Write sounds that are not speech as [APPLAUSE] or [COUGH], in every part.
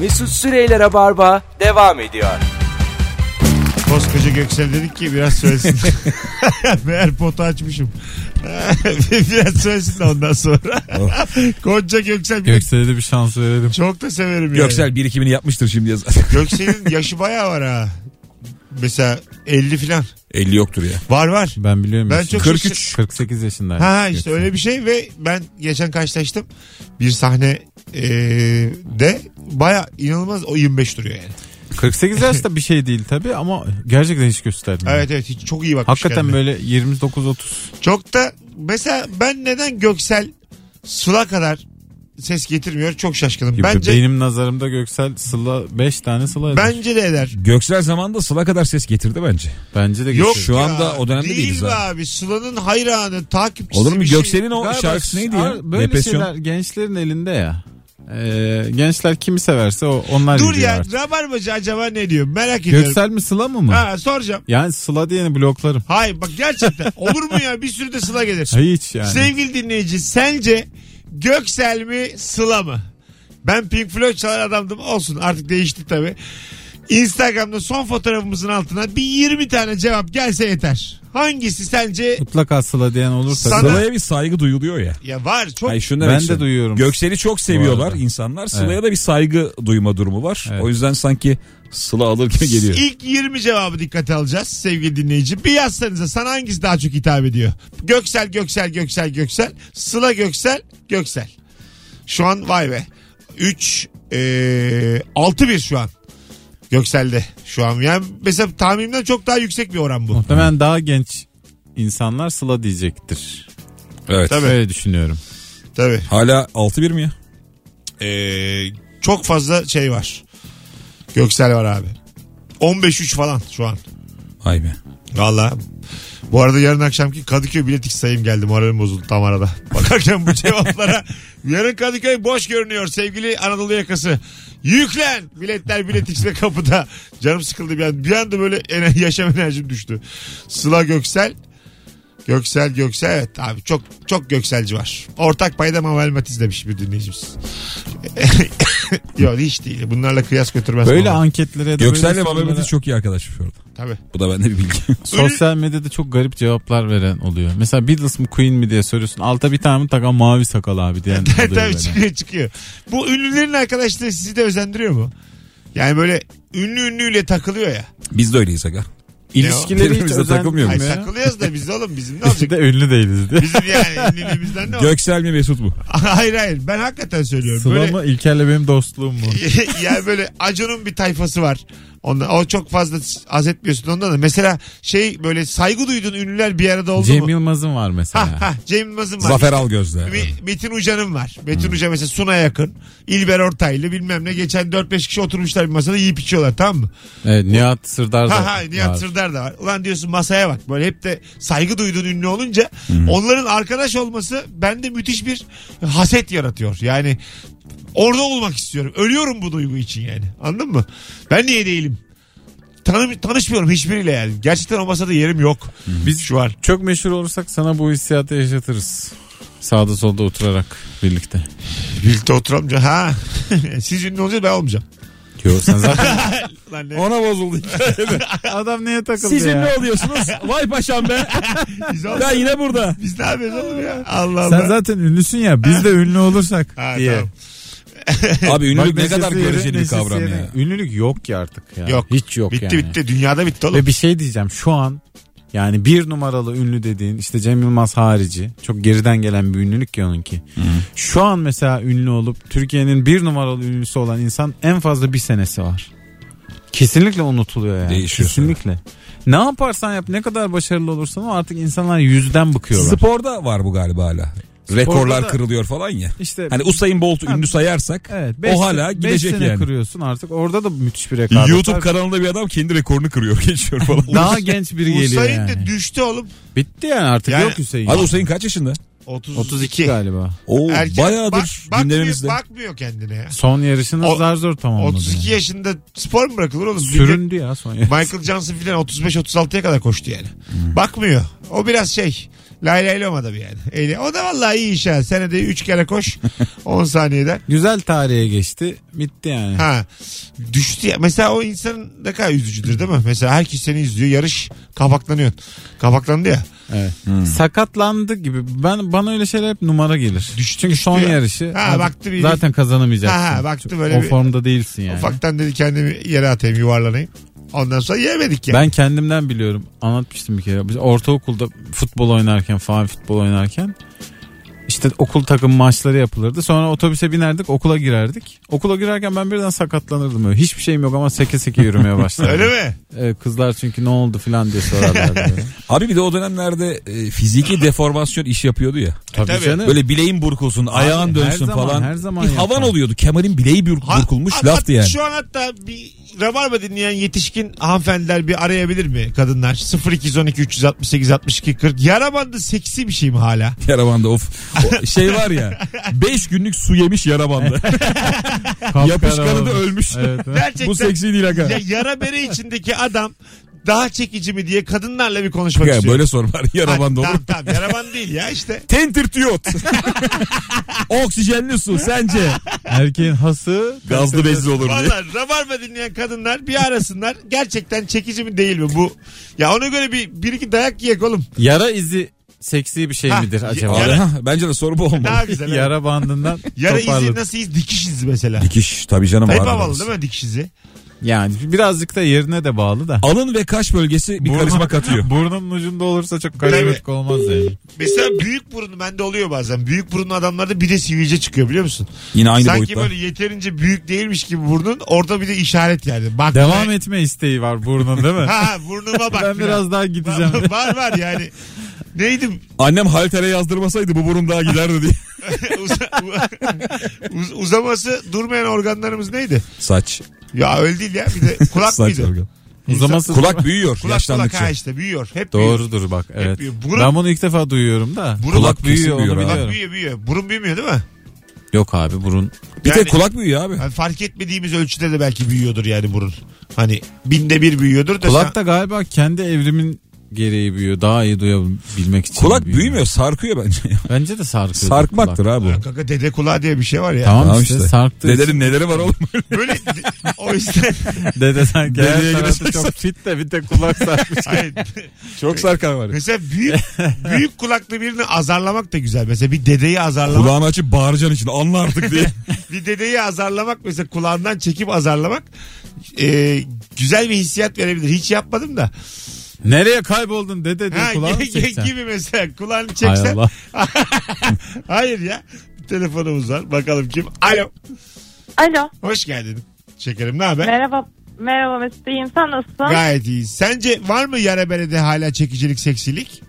Mesut Süreyler'e barba devam ediyor. Koskoca Göksel dedik ki biraz söylesin. Meğer potu açmışım. [LAUGHS] biraz söylesin de ondan sonra. Koca Göksel. bir- Göksel'e de bir şans verelim. Çok da severim yani. Göksel bir ikimini yapmıştır [LAUGHS] şimdi zaten. Göksel'in yaşı bayağı var ha. Mesela 50 falan. 50 yoktur ya. Var var. Ben biliyorum. Ben yaşını. çok 43. 48 yaşında. Ha ha, işte öyle bir şey ve ben geçen karşılaştım. Bir sahne e, de baya inanılmaz o 25 duruyor yani. 48 yaşta bir şey değil tabii ama gerçekten hiç göstermiyor. Evet evet hiç çok iyi bakmış Hakikaten kendine. böyle 29-30. Çok da mesela ben neden Göksel Sıla kadar ses getirmiyor çok şaşkınım. gibi. bence Benim nazarımda Göksel Sıla 5 tane Sıla eder. bence de eder. Göksel zamanında Sıla kadar ses getirdi bence. Bence de Yok Göksel. Şu ya, anda o dönemde değil değiliz be ha. abi. Sıla'nın hayranı, takipçisi. Olur mu? bir şey- Göksel'in o Galiba şarkısı neydi ya? ar- Böyle Depresyon. şeyler gençlerin elinde ya. Ee, gençler kimi severse o, onlar Dur yürüyor ya artık. Rabarbacı acaba ne diyor merak ediyorum. Göksel mi Sıla mı mı? Ha soracağım. Yani Sıla diyeni bloklarım. Hayır bak gerçekten olur mu ya bir sürü de Sıla gelir. Hiç yani. Sevgili dinleyici sence Göksel mi Sıla mı? Ben Pink Floyd çalan adamdım olsun artık değişti tabi. Instagram'da son fotoğrafımızın altına bir 20 tane cevap gelse yeter. Hangisi sence [LAUGHS] Mutlaka Sıla diyen olursa. Sana- Sıla'ya bir saygı duyuluyor ya. ya var çok Hayır, şunu Ben demek de istiyorum. duyuyorum. Göksel'i çok seviyorlar arada. insanlar. Sıla'ya Evet. da bir saygı duyma durumu var. Evet. O yüzden sanki Sıla alır gibi geliyor. İlk 20 cevabı dikkate alacağız sevgili dinleyici. Bir yazsanıza sana hangisi daha çok hitap ediyor? Göksel, Göksel, Göksel, Göksel. Sıla Göksel, Göksel. Şu an vay be. 3, 6 bir şu an. Göksel'de şu an. Yani mesela tahminimden çok daha yüksek bir oran bu. Muhtemelen daha genç insanlar Sıla diyecektir. Evet. Tabii. Öyle düşünüyorum. Tabii. Hala 6-1 mi ya? Ee, çok fazla şey var. Göksel var abi. 15-3 falan şu an. Ay be. Valla. Bu arada yarın akşamki Kadıköy biletik sayım geldi. Moralim bozuldu tam arada. Bakarken bu cevaplara. yarın Kadıköy boş görünüyor sevgili Anadolu yakası. Yüklen! Biletler biletik ve kapıda. Canım sıkıldı bir an. Bir anda böyle ene- [LAUGHS] yaşam enerjim düştü. Sıla Göksel. Göksel Göksel evet abi çok çok Gökselci var. Ortak payda Mavel Matiz demiş bir dinleyicimiz. [LAUGHS] Yok hiç değil. Bunlarla kıyas götürmez. Böyle Mavel. anketlere de böyle Göksel'le sorulara- Babametiz çok iyi arkadaşmış orada. Tabii. Bu da bende [LAUGHS] bir bilgi. Sosyal medyada çok garip cevaplar veren oluyor. Mesela Beatles mı Queen mi diye soruyorsun. Alta bir tane mi takan mavi sakal [LAUGHS] abi diyen oluyor Tabii böyle. çıkıyor çıkıyor. Bu ünlülerin arkadaşları sizi de özendiriyor mu? Yani böyle ünlü ünlüyle takılıyor ya. Biz de öyleyiz aga. İlişkileri hiç Birbirimize takılmıyor Ay özenmiyor. muyuz? ya. takılıyoruz da biz oğlum [LAUGHS] bizim ne Biz olacak? de ünlü değiliz diye. Bizim yani ünlülüğümüzden ne olacak? [LAUGHS] Göksel mi Mesut mu? hayır hayır ben hakikaten söylüyorum. [LAUGHS] Sıla böyle, mı İlker'le benim dostluğum mu? [LAUGHS] yani böyle Acun'un bir tayfası var. Ondan, o çok fazla az etmiyorsun ondan da. Mesela şey böyle saygı duyduğun ünlüler bir arada oldu Cem mu? Yılmaz'ın var Ha, mesela. ha, Cem Yılmaz'ın var. Zafer Algöz'de. Me- Metin Uca'nın var. Metin Hmm. Uca mesela Suna'ya yakın. İlber Ortaylı bilmem ne. Geçen 4-5 kişi oturmuşlar bir masada yiyip içiyorlar tamam mı? evet, Nihat Sırdar da Ha ha Nihat var. Sırdar da var. Ulan diyorsun masaya bak. Böyle hep de saygı duyduğun ünlü olunca onların arkadaş olması bende müthiş bir haset yaratıyor. Yani orada olmak istiyorum. Ölüyorum bu duygu için yani. Anladın mı? Ben niye değilim? Tanım, tanışmıyorum hiçbiriyle yani. Gerçekten o masada yerim yok. Biz şu an. Çok meşhur olursak sana bu hissiyatı yaşatırız. Sağda solda oturarak birlikte. Birlikte oturalım. can- Ha. [LAUGHS] Siz ünlü olacaksınız ben olmayacağım. Yo, sen zaten Lan ne? Ona bozuldu. [LAUGHS] adam neye takıldı Siz ya? ne oluyorsunuz? Vay paşam be. Biz, Ben yine burada. biz ne yapıyoruz oğlum ya? Allah Allah. Sen zaten ünlüsün ya biz de ünlü olursak Ha, diye. tamam. Abi Bak ünlülük ne neşesi kadar yeri, göreceli bir neşesi kavram yeri. ya. Ünlülük yok ya artık ya. Yok. Hiç yok bitti yani. bitti. Dünyada bitti oğlum. Ve bir şey diyeceğim şu an yani bir numaralı ünlü dediğin işte Cem Yılmaz harici çok geriden gelen bir ünlülük ya onunki. Şu an mesela ünlü olup Türkiye'nin bir numaralı ünlüsü olan insan en fazla bir senesi var. Kesinlikle unutuluyor yani. Değişiyor Kesinlikle. Ne yaparsan yap ne kadar başarılı olursan o artık insanlar yüzden bıkıyorlar. Sporda var bu galiba hala. Rekorlar da- kırılıyor falan ya. İşte Hani Usain Bolt'u Ha. ünlü sayarsak evet, beş, o hala beş gidecek sene yani. kırıyorsun artık orada da müthiş bir rekabet YouTube var. kanalında bir adam kendi rekorunu kırıyor [LAUGHS] geçiyor falan. Daha genç biri geliyor Usain de yani. düştü oğlum. Bitti yani artık Yani- yok Hüseyin. Abi Usain kaç yaşında? 32, 32 galiba. Oo Erkek bayağıdır bak- gündemimizde. Bakmıyor, bakmıyor kendine ya. Son yarışını O- zar zor tamamladı. 32 yani. yaşında spor mu bırakılır oğlum? Süründü ya son yarış. Michael Johnson filan 35-36'ya kadar koştu yani. Bakmıyor. O biraz şey Lay lay lom adam yani. Eyle- O da vallahi iyi iş ha. Senede 3 kere koş 10 saniyeden. Güzel tarihe geçti. Bitti yani. Ha. Düştü ya. Mesela o insan ne kadar üzücüdür değil mi? Mesela herkes seni izliyor. Yarış kapaklanıyorsun. Kapaklandı ya. Evet. Sakatlandı gibi. Ben bana öyle şeyler hep numara gelir. Düştü, Çünkü düştü son ya. yarışı. Ha, abi baktı bir- zaten kazanamayacaksın. Ha, ha, baktı Çok- böyle o bir- formda değilsin yani. Ufaktan dedi kendimi yere atayım yuvarlanayım. Ondan sonra yemedik yani. Ben kendimden biliyorum. Anlatmıştım bir kere. Biz ortaokulda futbol oynarken falan futbol oynarken işte okul takım maçları yapılırdı. Sonra otobüse binerdik okula girerdik. Okula girerken ben birden sakatlanırdım öyle. Hiçbir şeyim yok ama seke [LAUGHS] seke yürümeye başladım. Öyle mi? Ee, kızlar çünkü ne oldu falan diye sorarlardı. böyle. Abi bir de o dönemlerde e, fiziki deformasyon iş yapıyordu ya. [LAUGHS] Tabii, tabii. canım. Böyle bileğin burkulsun, ayağın her dönsün zaman, falan. her zaman bir havan yapar. oluyordu. Kemal'in bileği bir, Ha- burkulmuş hat- laftı yani. Şu an hatta bir Rabarba dinleyen yetişkin hanımefendiler bir arayabilir mi kadınlar? 0212 368 62 40. Yara bandı seksi bir şey mi hala? Yaramanda of. O şey var ya. 5 günlük su yemiş yaramanda. Kapkara Yapışkanı da olmuş. ölmüş. Evet, evet. [LAUGHS] [LAUGHS] Gerçekten. Bu seksi değil aga. Ya yara bere içindeki adam daha çekici mi diye kadınlarla bir konuşmak Ya istiyor. böyle sor var yaramanda olur. Tamam tamam yaraban değil ya işte. Tentirtiyot. Oksijenli su sence? Erkeğin hası Gazlı bezli [LAUGHS] olur diye. Valla rabarba dinleyen kadınlar bir arasınlar. Gerçekten çekici mi değil mi bu? Ya ona göre bir, bir iki dayak yiyek oğlum. yara izi seksi bir şey Ha, midir ya- acaba? yara- [LAUGHS] Yara, Ha, Bence de soru bu Daha [LAUGHS] olmalı. güzel. evet. [LAUGHS] bandından Yara izi toparladım. nasıl iz? Dikiş izi mesela. Dikiş tabii canım. Hep var. havalı değil mi dikiş izi? Yani birazcık da yerine de bağlı da. Alın ve kaş bölgesi bir Burnu- [LAUGHS] karizma [LAUGHS] katıyor. Burnun ucunda olursa çok karizmatik olmaz yani. Mesela büyük burun bende oluyor bazen. Büyük burunlu adamlarda bir de sivilce çıkıyor biliyor musun? Yine aynı Sanki boyutta. böyle yeterince büyük değilmiş gibi burnun orada bir de işaret yani. Bak [LAUGHS] Devam etme isteği var burnun [LAUGHS] değil mi? Ha burnuma bak. ben biraz daha [LAUGHS] gideceğim. [LAUGHS] var, var var yani. Neydi? Annem haltere yazdırmasaydı bu burun daha giderdi diye. [LAUGHS] Uza- uz- uzaması durmayan organlarımız neydi? [LAUGHS] Saç. Ya öyle değil ya. Bir de kulak Saç mıydı? organ. Uzaması [LAUGHS] Kulak büyüyor Kulak kulak yaşlandıkça. ha işte büyüyor. Hep büyüyor. Doğrudur bak evet. büyüyor. Burun- Ben bunu ilk defa duyuyorum da. Burun- kulak Kesin büyüyor onu büyüyor abi. Kulak biliyorum. büyüyor büyüyor. Burun büyümüyor değil mi? Yok abi burun. Bir Yani- tek kulak büyüyor abi. Yani fark etmediğimiz ölçüde de belki büyüyordur yani burun. Hani binde bir büyüyordur da sen- Kulak da galiba kendi evrimin gereği büyüyor. Daha iyi duyabilmek için. Kulak büyüyor. büyümüyor sarkıyor bence. [LAUGHS] Bence de sarkıyor. Sarkmaktır kulak. abi. o. Ya Kanka dede kulağı diye bir şey var ya. Tamam, Tamam işte, işte. sarktığı için- Dedelerin neleri var oğlum? [LAUGHS] Böyle o [LAUGHS] yüzden Dede sanki her Dedeye tarafı gidersen- çok fit de bir tek kulak sarkmış. hayır. Çok sarkan var. Mesela büyük büyük kulaklı birini azarlamak da güzel. Mesela bir dedeyi azarlamak, Kulağını açıp bağıracaksın için anla artık diye. [LAUGHS] bir dedeyi azarlamak mesela kulağından çekip azarlamak e, güzel bir hissiyat verebilir. Hiç yapmadım da. [LAUGHS] Nereye kayboldun dede diye Ha, kulağı mı [LAUGHS] ge- ge- çekeceksin? gibi mesela kulağını Hay çeksen. Allah. [LAUGHS] Hayır ya. Telefonumuz var. Bakalım kim? Alo. Alo. Hoş geldin. Şekerim ne haber? Merhaba. Merhaba Mesut iyiyim. Sen nasılsın? Gayet iyi. Sence var mı yara berede hala çekicilik, seksilik?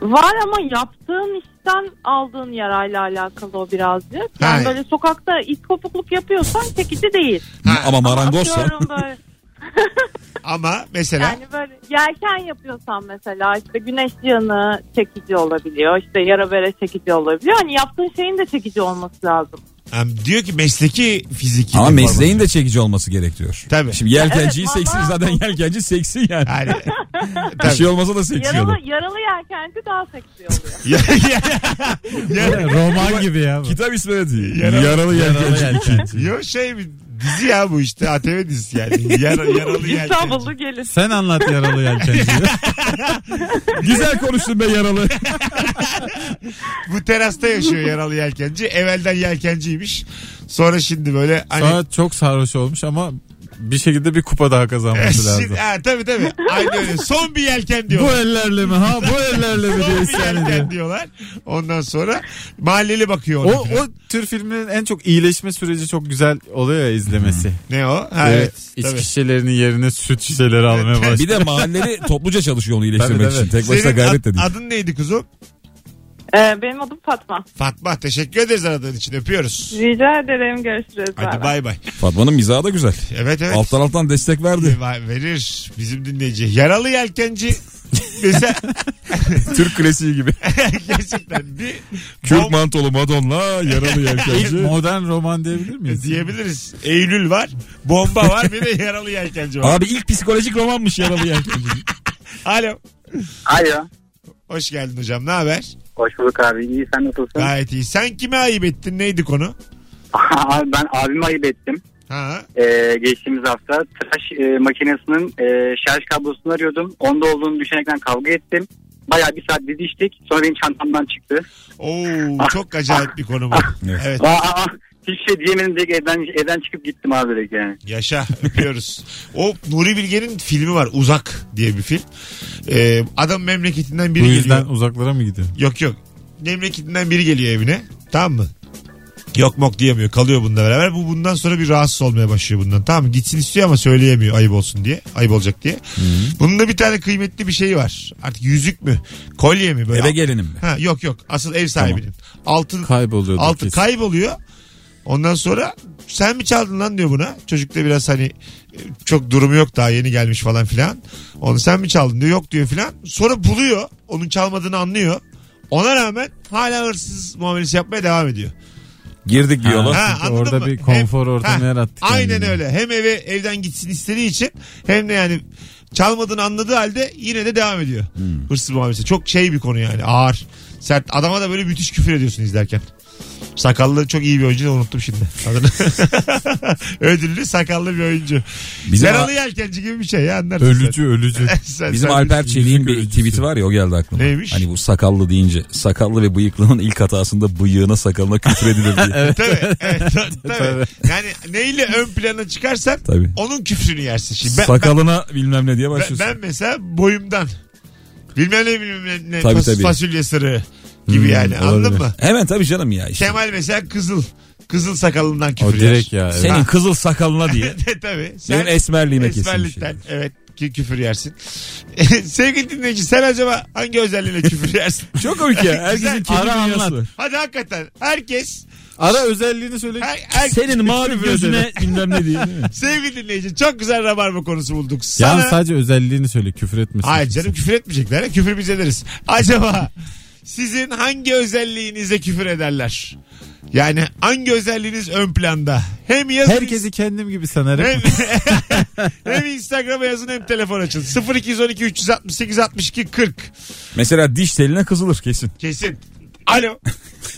Var ama yaptığın işten aldığın yarayla alakalı o birazcık. Yani Ha. böyle sokakta it kopukluk yapıyorsan çekici değil. Ama marangozsa. Atıyorum [LAUGHS] böyle. Ama mesela Yani böyle yelken yapıyorsan mesela işte güneş yanı çekici olabiliyor. İşte yara bere çekici olabiliyor. Hani yaptığın şeyin de çekici olması lazım. em, diyor ki mesleki fiziki. Ama deformasyon. mesleğin de çekici olması gerekiyor. Tabii. Şimdi yelkenciyi Evet, seksi ama- zaten yelkenci seksi yani. [LAUGHS] Yani, Bir tabii. şey olmasa da seksi Yaralı, olur. yaralı yelkenci daha seksi oluyor. Ya- ya- ya- [LAUGHS] Roman gibi ya. bu. Kitap ismi de değil. Yaralı- Yaralı, yelkenci. Yo şey bir dizi ya bu işte ATV dizisi yani. Yara, [LAUGHS] [LAUGHS] yaralı İstanbullu yelkenci. gelin. Sen anlat yaralı [LAUGHS] yelkenciyi. Güzel konuştun be yaralı. Bu terasta yaşıyor yaralı yelkenci. Evvelden yelkenciymiş. Sonra şimdi böyle hani... Sonra çok sarhoş olmuş ama bir şekilde bir kupa daha [LAUGHS] kazanması [LAUGHS] lazım. Şimdi, ha, tabii tabii. Aynı öyle. Son bir yelken bu diyorlar. ellerle mi ha [LAUGHS] bu ellerle mi diye Son bir isyan ediyor. yelken diyorlar. Ondan sonra mahalleli bakıyor. O, ona o falan. tür filmlerin en çok iyileşme süreci çok güzel oluyor ya izlemesi. Ne o? Ha, Böyle evet. İçki tabii. şişelerinin yerine süt şişeleri almaya başlıyor. [LAUGHS] Bir de mahalleli topluca çalışıyor onu iyileştirmek Tabii, için. tabii. Tek başına Senin gayret ad- de değil. adın neydi kuzum? Ee, benim adım Fatma. Fatma teşekkür ederiz aradığın için öpüyoruz. Rica ederim görüşürüz. Bay Hadi bay. bay bay. Fatma'nın mizahı da güzel. Evet evet. Alttan alttan destek verdi. Vay, verir bizim dinleyici. Yaralı [LAUGHS] yelkenci mesela Türk klasiği gibi. [LAUGHS] gerçekten bir Kürt bom- mantolu Madonna, yaralı İlk yelkenci. modern roman diyebilir miyiz? diyebiliriz. Eylül var, bomba var, bir de yaralı yelkenci var. [LAUGHS] Abi ilk psikolojik romanmış yaralı yelkenci. Alo. Alo. Hoş geldin hocam. Ne haber? Hoş bulduk abi. İyi sen nasılsın? Gayet iyi. Sen kime ayıp ettin? Neydi konu? [LAUGHS] abi ben abimi ayıp ettim. Ha. Ee, geçtiğimiz hafta tıraş e, makinesinin e, şarj kablosunu arıyordum. Onda olduğunu düşünerekten kavga ettim. Bayağı bir saat didiştik. Sonra benim çantamdan çıktı. Oo, çok acayip bir konu bu. Evet. Aa, aa, aa. hiçbir şey diyemedim direkt evden, evden çıkıp gittim abi direkt yani. Yaşa öpüyoruz. O Nuri Bilge'nin filmi var Uzak diye bir film. Ee, adam memleketinden Bu biri yüzden geliyor. uzaklara mı gidiyor? Yok yok. Memleketinden biri geliyor evine. Tamam mı? Yok mok diyemiyor. Kalıyor bununla beraber. Bu bundan sonra bir rahatsız olmaya başlıyor bundan. Tamam mı? Gitsin istiyor ama söyleyemiyor ayıp olsun diye. Ayıp olacak diye. Bunun da bir tane kıymetli bir şeyi var. Artık yüzük mü? Kolye mi? Böyle? Eve gelinim mi? Ha, yok yok. Asıl ev sahibinin. Altın Kayboluyor. altı kayboluyor. Ondan sonra sen mi çaldın lan diyor buna. Çocuk da biraz hani e, çok durumu yok daha yeni gelmiş falan filan. Onu sen mi çaldın diyor yok diyor filan. Sonra buluyor onun çalmadığını anlıyor. Ona rağmen hala hırsız muamelesi yapmaya devam ediyor. Girdik bir yola. Ha, Çünkü anladın orada mı? bir konfor Hem- ortamı ha, yarattık Aynen kendine. öyle. Hem eve evden gitsin istediği için hem de yani çalmadığını anladığı halde yine de devam ediyor. Hırsız muamelesi. Çok şey bir konu yani ağır. Sert. Adama da böyle müthiş küfür ediyorsun izlerken. Sakallı çok iyi bir oyuncu da unuttum şimdi. Adını. [LAUGHS] Ödüllü sakallı bir oyuncu. Bizim Yaralı a- yelkenci gibi bir şey ya anlarsın Ölücü ölücü. [LAUGHS] sen. Sen- şey. Bizim sen- Alper Çelik'in bir görüntüsü. tweet'i var ya o geldi aklıma. Neymiş? Hani bu sakallı deyince sakallı ve bıyıklının ilk hatasında bıyığına sakalına küfür edilir diye. Tabii, [LAUGHS] evet, tabii. Yani neyle ön plana çıkarsan Tabii. onun küfrünü yersin şimdi. Ben- ben- Sakalına bilmem ne diye Ben, başlıyorsun. ben mesela boyumdan. Bilmem ne bilmem ne Tabii, Hmm, fas- tabii. fasulye sırığı gibi yani anladın olabilir. mı? Hemen tabii canım ya. Işte. Kemal mesela kızıl. Kızıl sakalından O küfür direkt yer. ya. evet. Senin kızıl sakalına diye. Tabii. [LAUGHS] Sen Benim esmerliğime kesin bir şey. esmerlikten evet ki küfür yersin. [LAUGHS] Sevgili dinleyici sen acaba hangi özelliğine küfür yersin? Çok komik [LAUGHS] ya. Herkesin Güzel. kendi Ara dünyası anlat. var. Hadi hakikaten herkes Ara özelliğini söyle. her, her- Senin mavi [LAUGHS] gözüne bilmem ne diye. değil mi? sevgili dinleyici çok güzel rabarba konusu bulduk. Sana... Yani sadece özelliğini söyle küfür etmesin. Hayır canım küfür etmeyecekler. ya. Küfür biz ederiz. Acaba sizin hangi özelliğinize küfür ederler? Yani hangi özelliğiniz ön planda? Hem yazın [LAUGHS] Herkesi kendim gibi sanarım. hem, hem Instagram'a yazın hem telefon açın. 0212 368 62 40. Mesela diş teline kızılır kesin. Kesin. Alo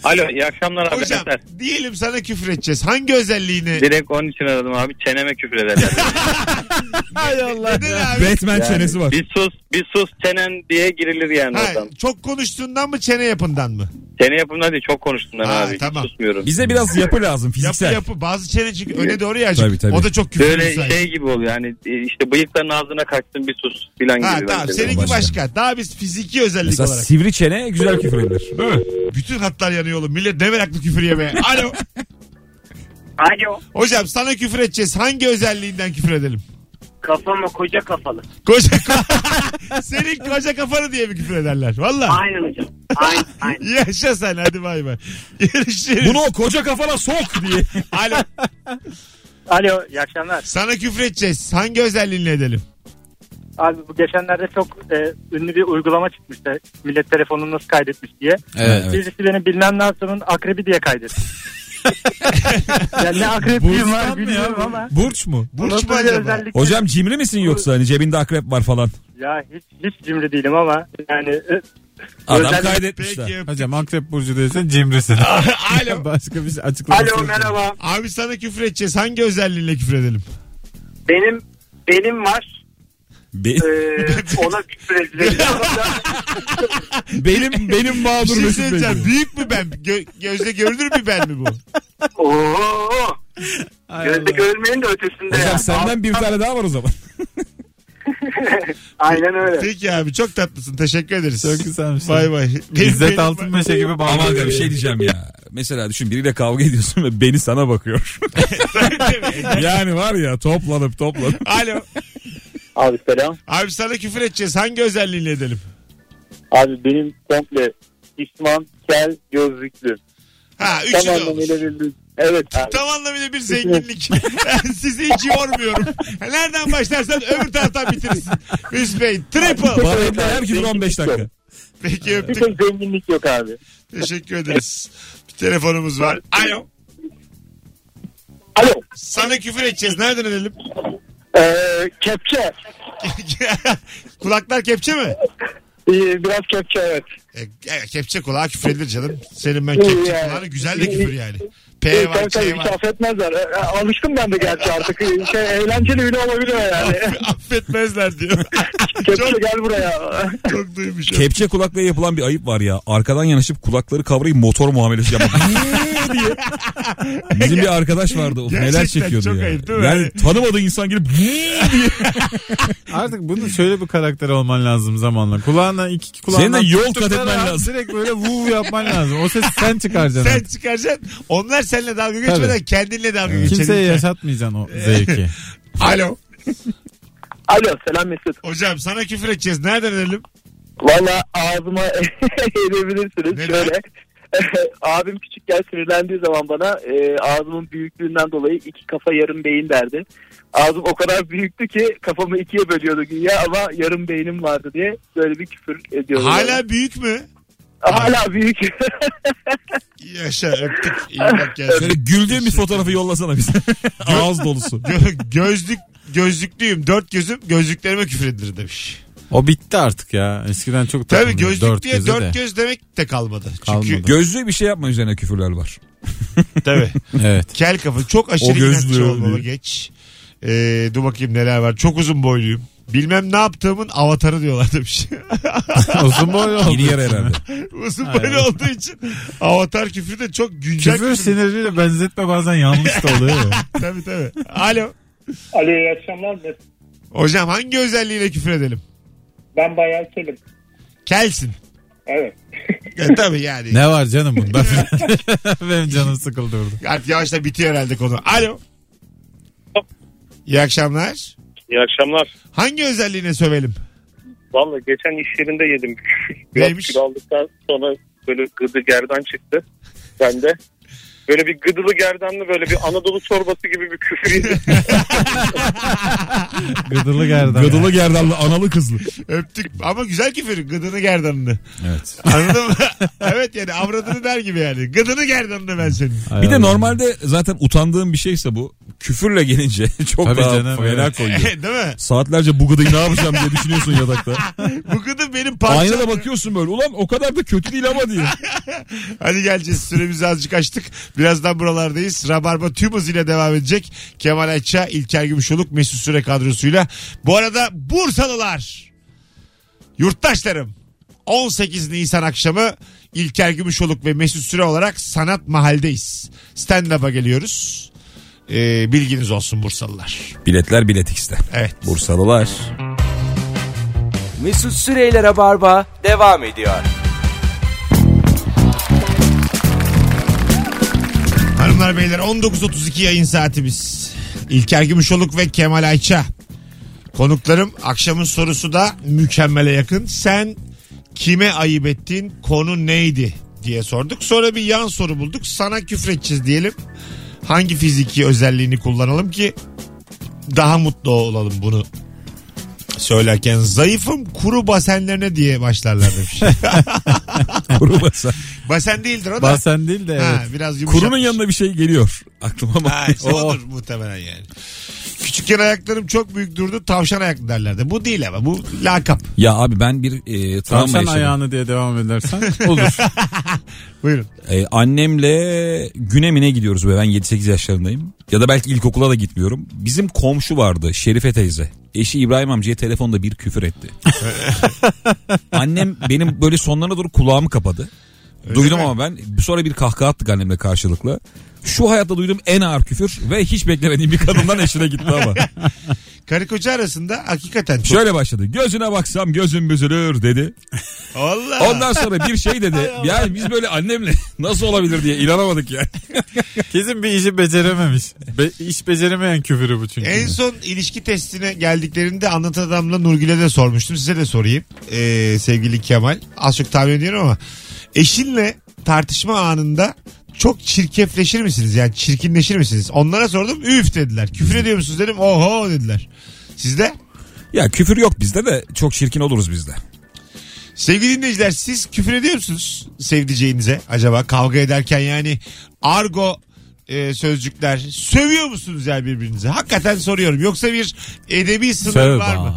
Alo iyi akşamlar abi. hocam diyelim sana küfür edeceğiz. Hangi özelliğini? Direkt onun için aradım abi. Çeneme küfür [LAUGHS] ederler. Hay Allah. Neden abi? Batman çenesi var. bir sus bir sus çenen diye girilir yani Ha, çok konuştuğundan mı çene yapından mı? Çene yapımdan değil çok konuştum ben Ha, abi. Hiç tamam. susmuyorum. Bize biraz yapı lazım Yapı fiziksel. yapı bazı çene çünkü öne doğru ya azıcık. Tabii, tabii. O da çok küfür Böyle misali. şey gibi oluyor yani e, işte bıyıkların ağzına kaçtın bir sus filan Ha gibi. şey tamam bence de. seninki Başka. başka. Daha biz fiziki özellik Mesela olarak. sivri çene güzel küfür edilir. Bütün hatlar yanıyor oğlum. Millet ne meraklı küfür yemeye. Alo. Alo. Hocam sana küfür edeceğiz. Hangi özelliğinden küfür edelim? Kafama koca kafalı. Koca ka- [LAUGHS] Senin koca kafanı diye mi küfür ederler? Valla. Aynen hocam. Aynen aynen. Yaşa sen hadi bay [LAUGHS] bay. Görüşürüz. Bunu o koca kafana sok diye. Alo. Alo iyi akşamlar. Sana küfür edeceğiz. Hangi özelliğinle edelim? Abi bu geçenlerde çok e, ünlü bir uygulama çıkmıştı. Millet telefonunu nasıl kaydetmiş diye. Evet. Birisi beni bilmem ne yaptığımın akrebi diye kaydetti. ya ne akrepiyim var bilmiyorum ama. Burç mu? Burç mu Ona böyle acaba? özellikle- Hocam cimri misin yoksa hani cebinde akrep var falan. Ya hiç, hiç cimri değilim ama yani e, Adam Özellikle- kaydetmişler. [LAUGHS] Peki. Hocam Akrep Burcu değilsen cimrisin. Alo. [LAUGHS] Başka bir şey açıklaması Alo yok. merhaba. Abi sana küfür edeceğiz. Hangi özelliğinle küfür edelim? Benim benim var. Be- [LAUGHS] E, ona küfür edilecek. benim benim Bir mağdur şey Mesut Bey söyleyeceğim. diyor. Büyük mü ben? Gö- gözle görülür mü ben mi bu? Oo. Ay Gözde görülmenin de ötesinde. ya. Hocam senden bir tane daha var o [LAUGHS] zaman. [LAUGHS] Aynen öyle. Peki abi çok tatlısın. Teşekkür ederiz. Çok güzelmiş. Bay bay. Benim- İzzet benim- [LAUGHS] Altınmeşe gibi bağlı. Ama bir şey diyeceğim ya. Mesela düşün biriyle kavga ediyorsun ve beni sana bakıyor. [LAUGHS] yani var ya toplanıp toplanıp. Alo. [LAUGHS] Abi selam. Abi sana küfür edeceğiz. Hangi özelliğinle edelim? Abi benim komple pişman, kel, gözlüklü. Ha üçü Tam de olur. anlamıyla bildim. Evet abi. Tam anlamıyla bir zenginlik. [LAUGHS] Ben Sizi hiç yormuyorum. Nereden başlarsan öbür taraftan bitirirsin. Mesut Bey triple. Bana herkes 15 dakika. Peki [LAUGHS] Bir öptük. tek zenginlik yok abi. Teşekkür ederiz. Bir telefonumuz var. Alo. Alo. Sana küfür edeceğiz. Nereden edelim? Ee, kepçe. [LAUGHS] Kulaklar kepçe mi? İyi, biraz kepçe evet. E, e, kepçe kulağa küfredilir canım. Senin ben kepçe Yani. kulağına güzel de küfür yani. Ee, P var, tabii tabii Ç hiç var. e, affetmezler. Ee, Alıştım ben de gerçi artık. Ee, Şey, eğlenceli bile olabiliyor yani. Affetmezler [LAUGHS] diyor. Kepçe çok, gel buraya. çok duymuşum. Kepçe kulakla yapılan bir ayıp var ya. Arkadan yanaşıp kulakları kavrayıp motor muamelesi [LAUGHS] yapmak. Eee diye. Bizim bir arkadaş vardı. Of, neler Gerçekten çekiyordu çok ya. ayıp değil mi? Yani tanımadığı insan gelip "Eee" diye. Artık bunun şöyle bir karakter olman lazım zamanla. Kulağına iki, iki kulağına Senin de yol kat etmen lazım. Direkt böyle vuv yapman lazım. O sesi sen çıkaracaksın. Sen çıkaracaksın. Onlar seninle dalga geçmeden Tabii. kendinle dalga geçer. Kimseye İnsan. yaşatmayacaksın o [LAUGHS] zevki. Alo. Alo selam Mesut. Hocam sana küfür edeceğiz. Nereden edelim? Valla ağzıma [LAUGHS] edebilirsiniz. Neden? Şöyle. Abim küçükken sinirlendiği zaman bana e, ağzımın büyüklüğünden dolayı iki kafa yarım beyin derdi. Ağzım o kadar büyüktü ki kafamı ikiye bölüyordu güya ama yarım beynim vardı diye böyle bir küfür ediyordu. Hala büyük mü? bana. hala [LAUGHS] büyük. Yaşa öptük. İyi bak Şöyle kendine. güldüğün bir fotoğrafı yollasana bize. Ağız dolusu. Gö- gözlük gözlüklüyüm. Dört gözüm gözlüklerime küfür edilir demiş. O bitti artık ya. Eskiden çok Tabii takılıyordu. gözlük diye göze dört de. göz demek de kalmadı. Çünkü Kalmadı. Gözlüğe bir şey yapma üzerine küfürler var. tabii. [LAUGHS] Evet. Kel kafa çok aşırı O gözlüğü inatçı olmalı öyle. geç. Ee, dur bakayım neler var. Çok uzun boyluyum. Bilmem ne yaptığımın avatarı diyorlar demiş. [LAUGHS] Uzun boylu [LAUGHS] oldu. Yeni yer herhalde. uzun boylu olduğu için avatar küfrü de çok güncel. Küfür sinirliyle benzetme bazen yanlış da oluyor ya. Tabii tabii. Alo. Alo iyi akşamlar Mesut. Hocam hangi özelliğiyle küfür edelim? Ben bayağı kelim. Kelsin. Evet. Ya, tabii yani. [LAUGHS] Ne var canım [LAUGHS] bunda? Benim canım sıkıldı burada. Artık yavaştan bitiyor herhalde konu. Alo. İyi akşamlar. İyi akşamlar. Hangi özelliğine sövelim? Valla geçen iş yerinde yedim. Biraz [LAUGHS] Neymiş? kilo aldıktan sonra böyle gıdı gerdan çıktı. Ben de böyle bir gıdılı gerdanlı böyle bir Anadolu çorbası gibi bir [LAUGHS] küfür yedim. Gıdırlı gerdan. ya. Gıdılı gerdanlı analı kızlı. Öptük ama güzel küfür. Gıdını gerdanını. Evet. Anladın mı? [LAUGHS] evet yani avradını der gibi yani. Gıdını gerdanını ben senin. Hay Bir de Allah. normalde zaten utandığım bir şeyse bu. Küfürle gelince [LAUGHS] çok Tabii daha canım, fena evet. koyuyor. [LAUGHS] Değil mi? Saatlerce bu gıdayı ne yapacağım diye düşünüyorsun [LAUGHS] yatakta. Bu gıdı benim parçam. Aynada bakıyorsun böyle. Ulan o kadar da kötü değil ama diye. Hadi geleceğiz. Süremizi azıcık açtık. Birazdan buralardayız. Rabarba tüm hızıyla devam edecek. Kemal Ayça, İlker Gümüşoluk, Mesut Süre kadrosuyla. Bu arada Bursalılar. Yurttaşlarım. 18 Nisan akşamı İlker Gümüşoluk ve Mesut Süre olarak Sanat Mahal'deyiz. Stand-up'a geliyoruz. Ee, bilginiz olsun Bursalılar. Biletler bilet X'te. Evet. Bursalılar. [LAUGHS] Mesut Süreyler'e barba devam ediyor. Hanımlar beyler 19.32 yayın saatimiz. İlker Gümüşoluk ve Kemal Ayça. Konuklarım akşamın sorusu da mükemmele yakın. Sen kime ayıp ettiğin konu neydi diye sorduk. Sonra bir yan soru bulduk. Sana küfredeceğiz diyelim. Hangi fiziki özelliğini kullanalım ki daha mutlu olalım bunu söylerken. Zayıfım kuru basenlerine diye başlarlar demiş. Kurumasa. Basen değildir o da. Basen değil de Ha, evet. biraz yumuşak. Kurunun yanına bir şey geliyor aklıma ama. [LAUGHS] Ha, işte odur muhtemelen yani. Küçükken ayaklarım çok büyük durdu. Tavşan ayaklı derlerdi. Bu değil ama bu lakap. Ya abi ben bir e, travma Tavşan yaşadım. ayağını diye devam edersen olur. Buyurun. [LAUGHS] E, annemle Günemin'e gidiyoruz ve ben 7-8 yaşlarındayım. Ya da belki ilkokula da gitmiyorum. Bizim komşu vardı Şerife teyze. Eşi İbrahim amcaya telefonda bir küfür etti. [LAUGHS] Annem benim böyle sonlarına doğru kulağımı kapadı. Duydum mi? ama ben. Sonra bir kahkaha attık annemle karşılıklı. Şu hayatta duyduğum en ağır küfür ve hiç beklemediğim bir kadından eşine gitti ama. [LAUGHS] Karı koca arasında hakikaten çok. Şöyle başladı. Gözüne baksam gözüm büzülür dedi. Allah. Ondan sonra bir şey dedi. Yani biz böyle annemle [LAUGHS] nasıl olabilir diye inanamadık yani. Kesin bir işi becerememiş. Be- iş beceremeyen küfürü bu çünkü. En son ilişki testine geldiklerinde anlatan adamla Nurgül'e de sormuştum. Size de sorayım Ee, sevgili Kemal. Az çok tahmin ediyorum ama. Eşinle tartışma anında çok çirkefleşir misiniz? Yani çirkinleşir misiniz? Onlara sordum. Üf dediler. Küfür ediyor musunuz dedim. Oho dediler. Sizde? Ya küfür yok bizde de çok çirkin oluruz bizde. Sevgili dinleyiciler siz küfür ediyor musunuz sevdiceğinize acaba kavga ederken yani argo e, sözcükler sövüyor musunuz yani birbirinize? Hakikaten soruyorum. Yoksa bir edebi sınır Tövbe var ha. mı?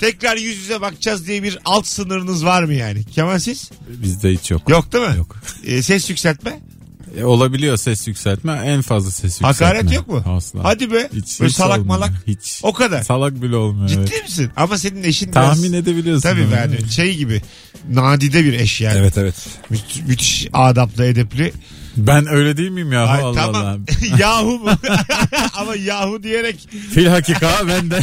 tekrar yüz yüze bakacağız diye bir alt sınırınız var mı yani? Kemal siz? Bizde hiç yok. Yok değil mi? Yok. ses yükseltme? E, olabiliyor ses yükseltme. En fazla ses yükseltme. Hakaret yok mu? Asla. Hadi be. Hiç- Böyle hiç salak olmuyor. malak. Hiç. O kadar. Salak bile olmuyor. Ciddi evet. misin? Ama senin eşin Tahmin biraz... edebiliyorsun. Tabii ama. yani şey gibi. Nadide bir eş yani. Evet evet. Müth- müthiş adaplı edepli. Ben öyle değil miyim ya? Ay, Allah Allah. tamam. [LAUGHS] yahu mu? Ama yahu diyerek [LAUGHS] Fil hakika ben de.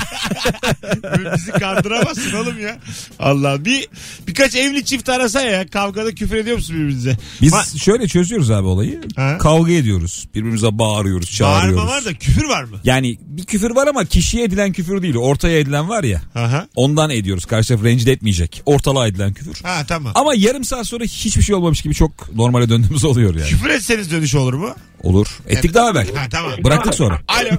bizi kandıramazsın oğlum ya. Allah bir birkaç evli çift arasa ya kavgada küfür ediyor musun birbirinize? Biz Ma- şöyle çözüyoruz abi olayı. Ha? Kavga ediyoruz. Birbirimize bağırıyoruz, çağırıyoruz. Bağırma var da küfür var mı? Yani bir küfür var ama kişiye edilen küfür değil. Ortaya edilen var ya. Aha. Ondan ediyoruz. Karşı taraf rencide etmeyecek. Ortalığa edilen küfür. Ha tamam. Ama yarım saat sonra hiçbir şey olmamış gibi çok normale döndüğümüz oluyor yani. Küfür etseniz dönüş olur mu? Olur. Ettik daha evvel. Ha tamam. Bıraktık sonra. Alo.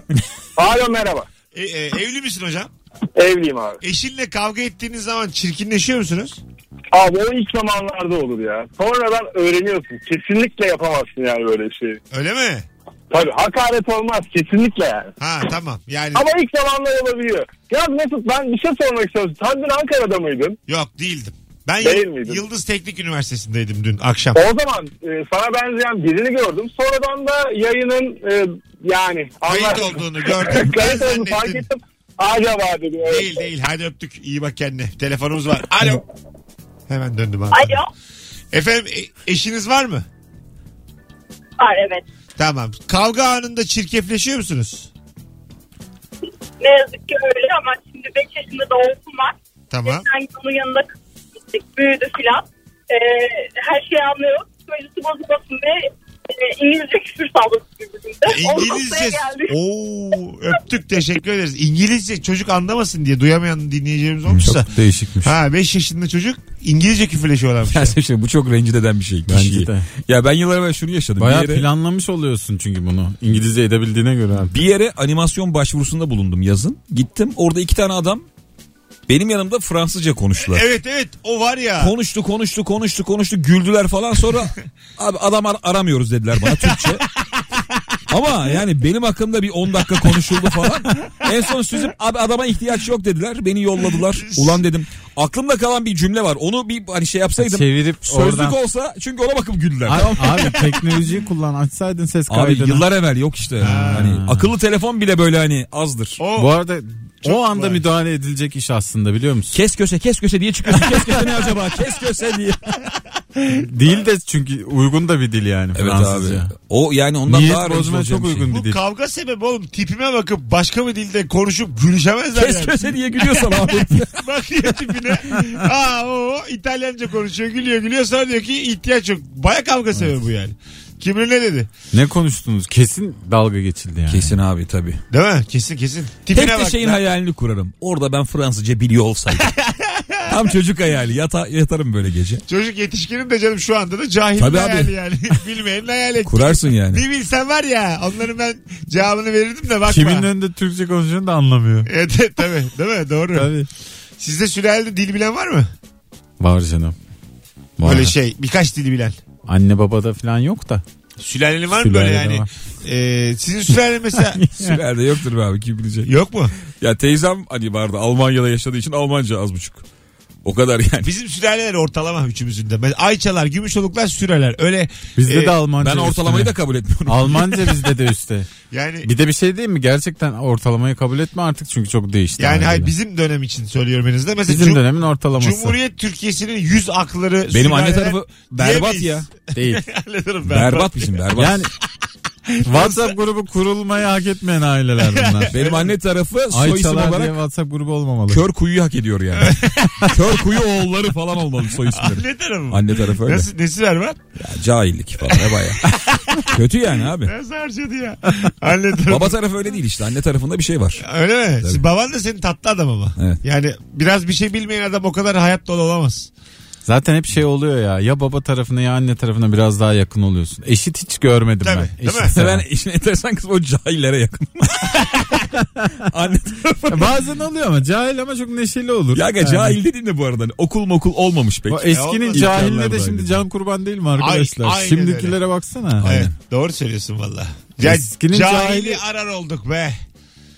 Alo merhaba. E, e, evli misin hocam? Evliyim abi. Eşinle kavga ettiğiniz zaman çirkinleşiyor musunuz? Abi o ilk zamanlarda olur ya. Sonradan öğreniyorsun. Kesinlikle yapamazsın yani böyle şeyi. Öyle mi? Tabii hakaret olmaz kesinlikle yani. Ha tamam. Yani Ama ilk zamanlar olabiliyor. Ya Mesut ben bir şey sormak istiyorum. Sen dün Ankara'da mıydın? yok değildim. Ben Değil Yıl- miydin? Yıldız Teknik Üniversitesi'ndeydim dün akşam. O zaman e, sana benzeyen birini gördüm. Sonradan da yayının e, yani Kayıt anlarsın. olduğunu gördüm. Ben [LAUGHS] Kayıt olduğunu fark zannettim. ettim. Acaba dedim. evet. Değil değil. Hadi öptük. İyi bak kendine. Telefonumuz var. Alo. Hemen döndüm abi. Alo. Efendim e- eşiniz var mı? Var evet. Tamam. Kavga anında çirkefleşiyor musunuz? Ne yazık ki öyle ama şimdi 5 yaşında da oğlum var. Tamam. Geçen gün onun yanında gittik. Büyüdü filan. Ee, her şeyi anlıyoruz. Psikolojisi bozulmasın diye e, İngilizce küfür salladık [LAUGHS] birbirimize. E, İngilizce. şey. geldi. Oo, öptük teşekkür ederiz. İngilizce çocuk anlamasın diye duyamayan dinleyicilerimiz olmuşsa. Çok değişikmiş. Ha 5 yaşında çocuk İngilizce küfürleşiyorlarmış. Yani şimdi bu çok rencide eden bir şey. Bence kişiyi. de. Ya ben yıllar evvel şunu yaşadım. Bayağı bir yere, planlamış oluyorsun çünkü bunu. İngilizce edebildiğine göre abi. bir yere animasyon başvurusunda bulundum yazın. Gittim orada iki tane adam benim yanımda Fransızca konuştular. evet evet o var ya. Konuştu konuştu konuştu konuştu güldüler falan sonra abi adam ar- aramıyoruz dediler bana Türkçe. Ama yani benim hakkımda bir 10 dakika konuşuldu falan. En son süzüp abi adama ihtiyaç yok dediler. Beni yolladılar. Ulan dedim aklımda kalan bir cümle var. Onu bir hani şey yapsaydım. Çevirip sözlük oradan. olsa çünkü ona bakıp güldüler. Abi, abi teknolojiyi kullan açsaydın ses Abi kaydını. yıllar evvel yok işte. Hani akıllı telefon bile böyle hani azdır. O, Bu arada o anda var. müdahale edilecek iş aslında biliyor musun? Kes köse kes köse diye çıkıyorsun. [LAUGHS] kes köse ne acaba? Kes köse diye. Dil de çünkü uygun da bir dil yani Evet Fransızca. abi. O yani ondan Niyet daha bozmaya rencide çok olacağım uygun şey. bir bu dil. kavga sebebi oğlum tipime bakıp başka bir dilde konuşup gülüşemezler Kes yani. köse diye gülüyorsan abi. Bakıyor [LAUGHS] tipine. Aa o İtalyanca konuşuyor. Gülüyor gülüyor. Sonra diyor ki ihtiyaç yok. Baya kavga sebebi bu yani. Kim bilir ne dedi? Ne konuştunuz? Kesin dalga geçildi yani. Kesin abi tabii. Değil mi? Kesin kesin. Tipine Tek de bak. şeyin hayalini kurarım. Orada ben Fransızca biliyor olsaydım. Tam çocuk hayali. Yata, yatarım böyle gece. Çocuk yetişkinin de canım şu anda da cahil Tabii abi. hayali yani. [LAUGHS] Bilmeyenin hayal etti. Kurarsın yani. Bir bilsen var ya onların ben cevabını verirdim de bakma. Kimin önünde Türkçe konuşacağını da anlamıyor. [LAUGHS] Evet evet, tabii değil mi? Doğru. Tabii. Sizde sülalede dil bilen var mı? Var canım. Var. Böyle şey birkaç dil bilen. Anne babada falan yok da. Sülalenin var mı Sülalede böyle yani? var. Ee, sizin sülale [LAUGHS] mesela Sülerde yoktur be abi kim bilecek. yok mu? Ya teyzem hani vardı Almanya'da yaşadığı için Almanca az buçuk. O kadar yani. Bizim sülaleler ortalama üçümüzün de. Mesela Ayçalar, Gümüşoluklar, Süreler. Öyle Bizde e, de Almanca Ben ortalamayı da üstüne. kabul etmiyorum. [LAUGHS] Almanca bizde de üstte. yani Bir de bir şey değil mi? Gerçekten ortalamayı kabul etme artık çünkü çok değişti. yani haliyle. hayır, bizim dönem için söylüyorum henüz de. Mesela Bizim Cum- dönemin ortalaması. Cumhuriyet Türkiye'sinin yüz akları Benim anne sülaleler [LAUGHS] tarafı berbat diyemeyiz. ya. Değil. Anlatırım ben. [LAUGHS] Berbat bizim berbat. Yani WhatsApp grubu kurulmayı hak etmeyen aileler [LAUGHS] bunlar. Benim anne tarafı soy isim Ayçalar diye olarak WhatsApp grubu olmamalı. kör kuyuyu hak ediyor yani. kör kuyu oğulları falan olmalı soy isimleri. Anne tarafı. şey. Anne tarafı öyle. Nasıl, nesi berbat? Ya, cahillik falan ne baya. Kötü yani abi. Nasıl harcadı [LAUGHS] ya? Anne tarafı. Baba tarafı öyle değil işte. Anne tarafında bir şey var. Öyle mi? Siz- Baban da senin tatlı adam ama. Evet. Yani biraz bir şey bilmeyen adam o kadar hayat dolu olamaz. Zaten hep şey oluyor ya. Ya baba tarafına ya anne tarafına biraz daha yakın oluyorsun. Eşit hiç görmedim Tabii, ben. değil mi? Eşit [LAUGHS] seven- Ben işin enteresan kısmı o cahillere [LAUGHS] yakın. Anne tarafı. Bazen oluyor ama cahil ama çok neşeli olur. Ya aga, Yani. cahil dediğin de bu arada. Hani Okul mokul olmamış pek. O eskinin olmaz. cahiline de İmkanlar şimdi dahil. can kurban değil mi arkadaşlar? Ay- aynen Şimdikilere baksana. Evet, doğru söylüyorsun valla. Eskinin cahili cahili- arar olduk be.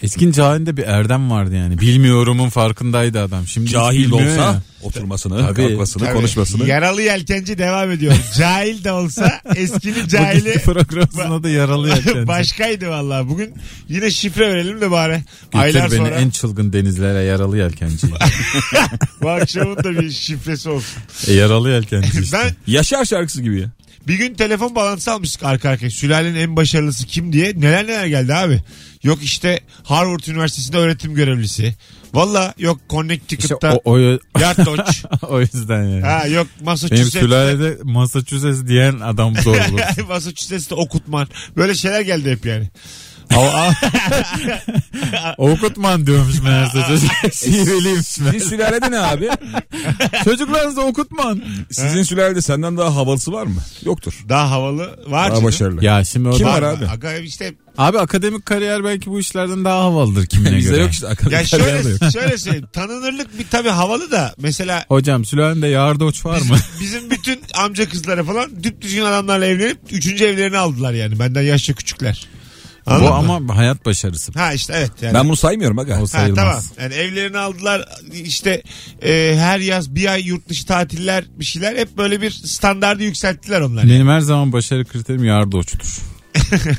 Eskinci halinde bir erdem vardı yani. Bilmiyorumun farkındaydı adam. Şimdi Cahil de bilmiyor olsa ya. oturmasını, Tabii. kalkmasını, Tabii. konuşmasını. Yaralı yelkenci devam [LAUGHS] ediyor. Cahil de olsa eskili Bugünkü cahili programına da yaralı [LAUGHS] [LAUGHS] yelkenci. başkaydı vallahi. Bugün yine şifre verelim de bari. Götür Aylar beni sonra en çılgın denizlere yaralı [LAUGHS] yelkenci. [LAUGHS] bu akşamın da bir şifresi olsun. E, yaralı yelkenci işte. Ben Yaşar şarkısı gibi ya. Bir gün telefon balansı almıştık arka arkaya. Sülalenin en başarılısı kim diye. Neler neler geldi abi. Yok işte Harvard Üniversitesi'nde öğretim görevlisi. Valla yok İşte Connecticut'ta o, o, Yard [LAUGHS] Dodge. o yüzden yani. ha yok Benim Massachusetts. sülalede Massachusetts diyen adam zor [LAUGHS] [LAUGHS] olur. Massachusetts'te okutman. Böyle şeyler geldi hep yani. Okutman diyormuş meğerse çocuk. Şiveliymiş Sizin sülalede ne abi? [LAUGHS] Çocuklarınızı okutman. Sizin sülalede senden daha havalısı var mı? Yoktur. Daha havalı var. Daha canım. başarılı. [LAUGHS] Ya şimdi o Kim da- var mı? abi? Aga işte Abi akademik kariyer belki bu işlerden daha havalıdır kimine Bizde göre. yok işte. ya akademik kariyer de yok. şöyle, şöyle söyleyeyim. Tanınırlık bir tabii havalı da mesela [LAUGHS] Hocam sülalende yardoç var [LAUGHS] mı? Bizim bütün amca kızları falan düptüzgün adamlarla evlenip üçüncü evlerini aldılar yani. Benden yaşça küçükler. Anladın bu mı? ama hayat başarısı. Ha işte evet yani. Ben bunu saymıyorum aga. O Ha, sayılmaz. tamam. Yani evlerini aldılar işte e, her yaz bir ay yurt dışı tatiller bir şeyler hep böyle bir standardı yükselttiler onlar. Benim her zaman başarı kriterim [LAUGHS] yardoçtur.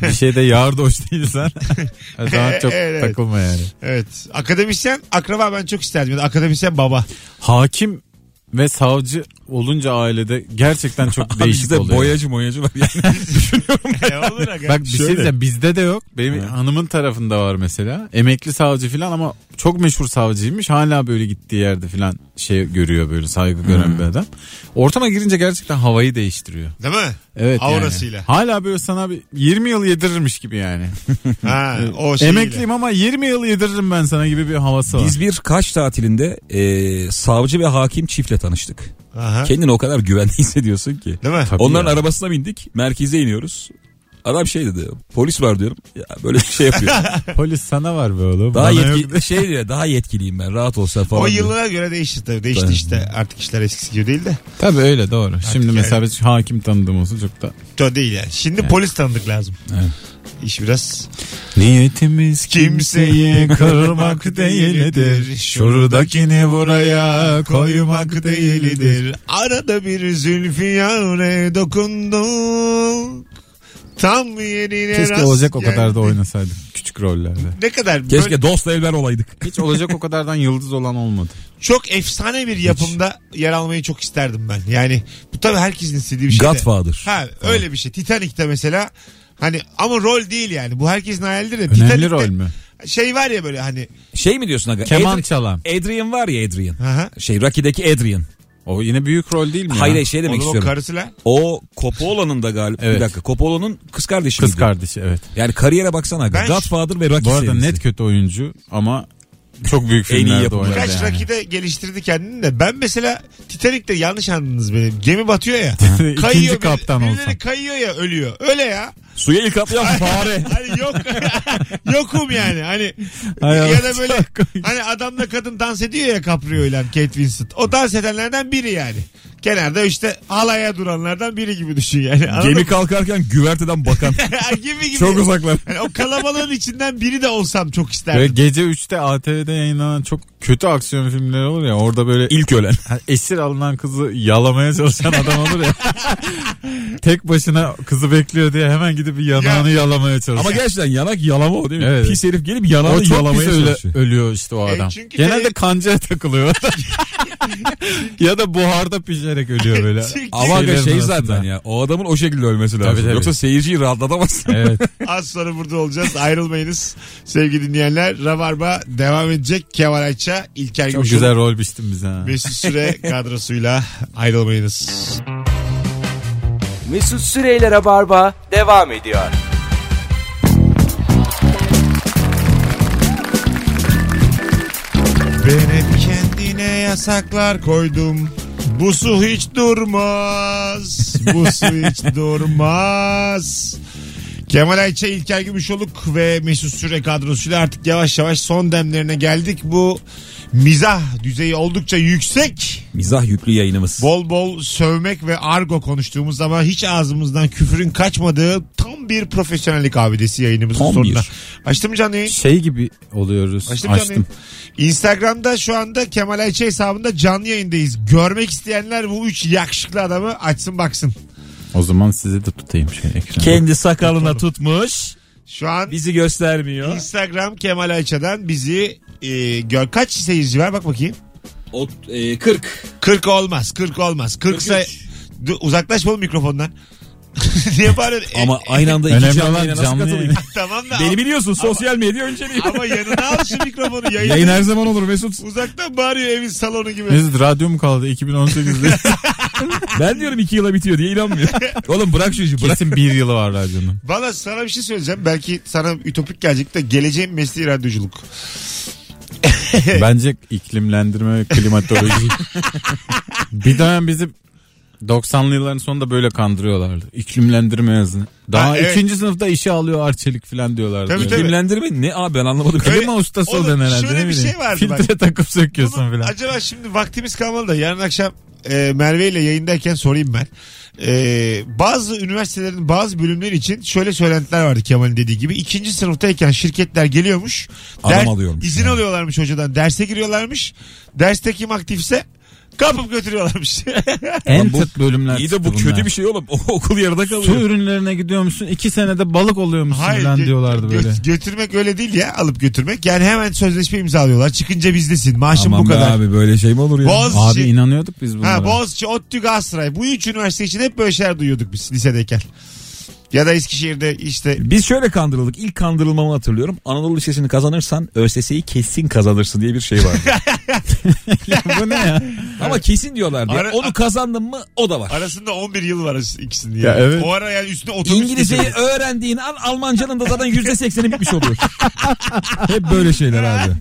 bir şeyde yardoç değilsen [LAUGHS] o zaman çok Evet. takılma yani. Evet. Akademisyen akraba ben çok isterdim. Yani akademisyen [LAUGHS] baba. Hakim ve savcı olunca ailede gerçekten çok Abi değişik [LAUGHS] bizde oluyor. boyacı moyacı var. [LAUGHS] Yani e, olur aga. Bak bir şey Şöyle. diyeceğim bizde de yok. Benim hanımın tarafında var mesela. Emekli savcı falan ama çok meşhur savcıymış. Hala böyle gittiği yerde falan şey görüyor böyle saygı gören bir adam. Ortama girince gerçekten havayı değiştiriyor. Değil mi? şey- Evet yani. Aurasıyla. Hala böyle sana bir 20 yıl yedirirmiş gibi yani. Ha, o şeyiyle. Emekliyim ama 20 yıl yediririm ben sana gibi bir havası var. Biz bir kaç tatilinde e, savcı ve hakim çiftle tanıştık. Aha. Kendini o kadar güvende [LAUGHS] hissediyorsun ki. Değil mi? Tabii Onların ya. arabasına bindik. Merkeze iniyoruz. Adam şey dedi. Polis var diyorum. Ya böyle [LAUGHS] şey yapıyor. polis sana var be oğlum. Daha Bana yetki yok. şey diyor. Daha yetkiliyim ben. Rahat olsa falan. O diyor. yıllara göre değişti tabii. Değişti Tabii. işte. Artık işler eskisi gibi değil de. Tabii öyle doğru. Şimdi yani. mesela biz hakim tanıdığım olsa çok da. Yo değil yani. Şimdi polis tanıdık lazım. İş biraz Niyetimiz kimseyi kırmak değildir. Şuradakini buraya koymak değildir. Arada bir zülfiyare dokunduk. Tam yerine Keşke rast olacak o kadar da geldik. oynasaydık küçük rollerde. Ne kadar Keşke böyle dost evler olaydık. Hiç olacak o kadardan yıldız olan olmadı. çok efsane bir yapımda yer almayı çok isterdim ben. Yani bu tabii herkesin istediği bir şey. de. Godfather. Ha öyle bir şey. Titanic'te mesela hani ama rol değil yani. Bu herkesin hayalidir de. Önemli Titanic'te rol mü? Şey var ya böyle hani. Şey mi diyorsun aga? Keman Adri- çalan. Adrian var ya Adrian. Aha. Şey Rocky'deki Adrian. O yine büyük rol değil mi? ya? Hayır hayır, şey demek Onun o istiyorum. karısı lan. O Coppola'nın da galiba. Evet. Bir dakika. Coppola'nın kız kardeşi. Kız miydi? kardeşi evet. Yani kariyere baksana. aga. Ben- Godfather ve Rocky Bu arada serisi. net kötü oyuncu ama çok büyük En iyi filmlerde yapımlar. oynadı Kaç yani. rakide geliştirdi kendini de. Ben mesela Titanic'te yanlış anladınız beni. Gemi batıyor [LAUGHS] ya. İkinci kayıyor kaptan birileri olsam. kayıyor ya ölüyor. Öyle ya. Suya ilk atlayan fare. Hani yok [LAUGHS] yokum yani. Hani Hay Allah, ya da böyle hani adamla kadın dans ediyor ya Caprio ile Kate Winslet. O dans edenlerden biri yani. Kenarda işte halaya duranlardan biri gibi düşün yani. Anladın Gemi mı? kalkarken güverteden [LAUGHS] bakan. [LAUGHS] gibi gibi. Çok uzaklar. Yani o kalabalığın içinden biri de olsam çok Böyle isterdim. gece 3'te ATV'de yayınlanan çok kötü aksiyon filmleri olur ya orada böyle İlk ölen. Ha, [LAUGHS] esir alınan kızı yalamaya çalışan adam olur [LAUGHS] ya. Tek başına kızı bekliyor diye hemen gidip bir yanağını yalamaya Ama çalışıyor. gerçekten yanak yalama o değil mi? Evet. Pis herif gelip o yanağını çok pis yalamaya öyle çalışıyor. ölüyor işte o E, adam. çünkü Genelde de- kancaya [LAUGHS] takılıyor. ya da buharda pişerek ölüyor böyle. Çünkü- Ama Şeylerin aga şey arasında. zaten ya. O adamın o şekilde ölmesi lazım. Tabii, tabii. Yoksa seyirciyi [LAUGHS] rahatlatamazsın. [LAUGHS] Evet. Az sonra burada olacağız. Ayrılmayınız. Sevgili dinleyenler. Rabarba devam edecek. Kemal Ayça, İlker Çok Gümüşoluk, güzel rol biçtin bize. ha. Mesut Süre kadrosuyla ayrılmayınız. Mesut Süreyler'e barba devam ediyor. Ben hep kendine yasaklar koydum. Bu su hiç durmaz. Bu su hiç durmaz. Kemal Ayça, İlker Gümüşoluk ve Mesut Süre kadrosuyla artık yavaş yavaş son demlerine geldik. Bu mizah düzeyi oldukça yüksek. Mizah yüklü yayınımız. Bol bol sövmek ve argo konuştuğumuz zaman hiç ağzımızdan küfürün kaçmadığı tam tam bir profesyonellik abidesi yayınımızın 11. sonuna. Açtım mı canlı yayın? Şey gibi oluyoruz. Açtım, canlı Açtım. yayın. Instagram'da şu anda Kemal Ayça hesabında canlı yayındayız. Görmek isteyenler bu üç yakışıklı adamı açsın baksın. O zaman sizi de tutayım şey şöyle ekranı. Kendi sakalına tutmuş. Şu an Bizi göstermiyor. Instagram Kemal Ayça'dan bizi e, gör kaç seyirci var bak bakayım. O, e, 40. 40 olmaz 40 olmaz. 40 say Du- uzaklaşma oğlum mikrofondan. [LAUGHS] Niye bağırıyorsun? E, Ama aynı anda iki Önemli canlı olan yayına nasıl canlı katılayım? yayın. tamam da Beni biliyorsun sosyal medya önceliği. ama yanına al şu [LAUGHS] mikrofonu yayın. Yayın her zaman olur Mesut. Uzaktan bağırıyor evin salonu gibi. Mesut radyo mu kaldı 2018'de? [LAUGHS] ben diyorum iki yıla bitiyor diye inanmıyor. Oğlum bırak şu işi bırak. Kesin bir yılı var radyonun. Valla sana bir şey söyleyeceğim. Belki sana ütopik gelecek de geleceğin mesleği radyoculuk. Bence iklimlendirme ve klimatoloji. bir dönem bizi 90'lı yılların sonunda böyle kandırıyorlardı. İklimlendirme yazını. Daha Ha, evet. ikinci sınıfta işe alıyor arçelik falan diyorlardı. Tabii, tabii. Kimlendirme ne abi ben anlamadım. Öyle- Klima ustası Oğlum, olan herhalde. şöyle ne bir bileyim. şey vardı bak. Filtre takıp söküyorsun Bunu falan. Acaba şimdi vaktimiz kalmalı da yarın akşam e, Merve ile yayındayken sorayım ben. E, bazı üniversitelerin bazı bölümleri için şöyle söylentiler vardı Kemal'in dediği gibi. ikinci sınıftayken şirketler geliyormuş. Adam alıyormuş İzin yani. alıyorlarmış hocadan. Derse giriyorlarmış. Derste kim aktifse kapıp götürüyorlarmış. [LAUGHS] En tıp bölümler. İyi de bu çıktı kötü bunlar. bir şey oğlum. [LAUGHS] O- Okul yarıda Su kalıyor. ürünlerine gidiyor musun? İki senede balık oluyor musun falan gö- diyorlardı gö- böyle. Götürmek öyle değil ya alıp götürmek. Yani hemen sözleşme imzalıyorlar. Çıkınca bizdesin. Maaşın Aman bu be kadar. abi böyle şey mi olur ya? Boğaz- Abi inanıyorduk biz bunlara. Ha Boğaziçi, ODTÜ, Galatasaray. Bu üç üniversite için hep böyle şeyler duyuyorduk biz lisedeyken. Ya da Eskişehir'de işte Biz şöyle kandırıldık. İlk kandırılmamı hatırlıyorum. Anadolu Lisesi'ni kazanırsan ÖSS'yi kesin kazanırsın diye bir şey vardı. bu ne ya? Ama kesin diyorlardı. ya. Ara- Onu kazandın mı o da var. arasında 11 yıl var arası- ikisinin. Yani. Ya evet. O ara yani üstüne otobüs İngilizceyi geçiyor. öğrendiğin an Almancanın da zaten %80'i bitmiş oluyor. [LAUGHS] Hep böyle şeyler abi.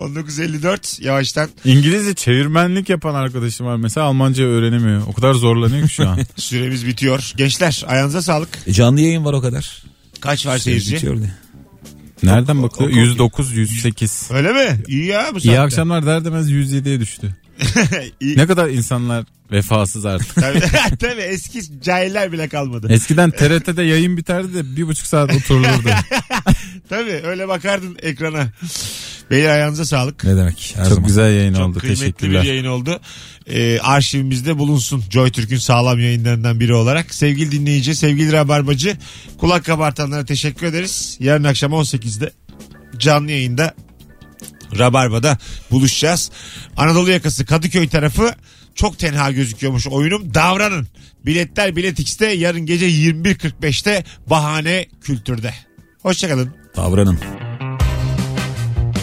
1954 yavaştan İngilizce çevirmenlik yapan arkadaşım var mesela Almanca öğrenemiyor. O kadar zorlanıyor ki şu an. süremiz bitiyor. Gençler ayağınıza sağlık. E, Canlı yayın var o kadar. Kaç var seyirci? Bitiyor diye. [LAUGHS] Nereden bakıyor? 109, 108. Öyle mi? İyi ya bu İyi saatte. akşamlar der demez 107'ye düştü. [LAUGHS] İyi- Ne kadar insanlar vefasız artık. Tabii, [LAUGHS] tabii eski cahiller bile kalmadı. Eskiden TRT'de yayın biterdi de bir buçuk saat oturulurdu. Tabii öyle bakardın ekrana. Beyler ayağınıza sağlık. Ne demek? Her Çok zaman. güzel yayın Çok oldu. kıymetli bir Teşekkürler. yayın oldu. Ee, arşivimizde bulunsun. JoyTürk'ün sağlam yayınlarından biri olarak. Sevgili dinleyici, sevgili rabarbacı, kulak kabartanlara teşekkür ederiz. Yarın akşam 18'de canlı yayında Rabarba'da buluşacağız. Anadolu yakası Kadıköy tarafı çok tenha gözüküyormuş oyunum. Davranın. Biletler Bilet X'te yarın gece 21.45'te Bahane Kültür'de. Hoşçakalın. Davranın.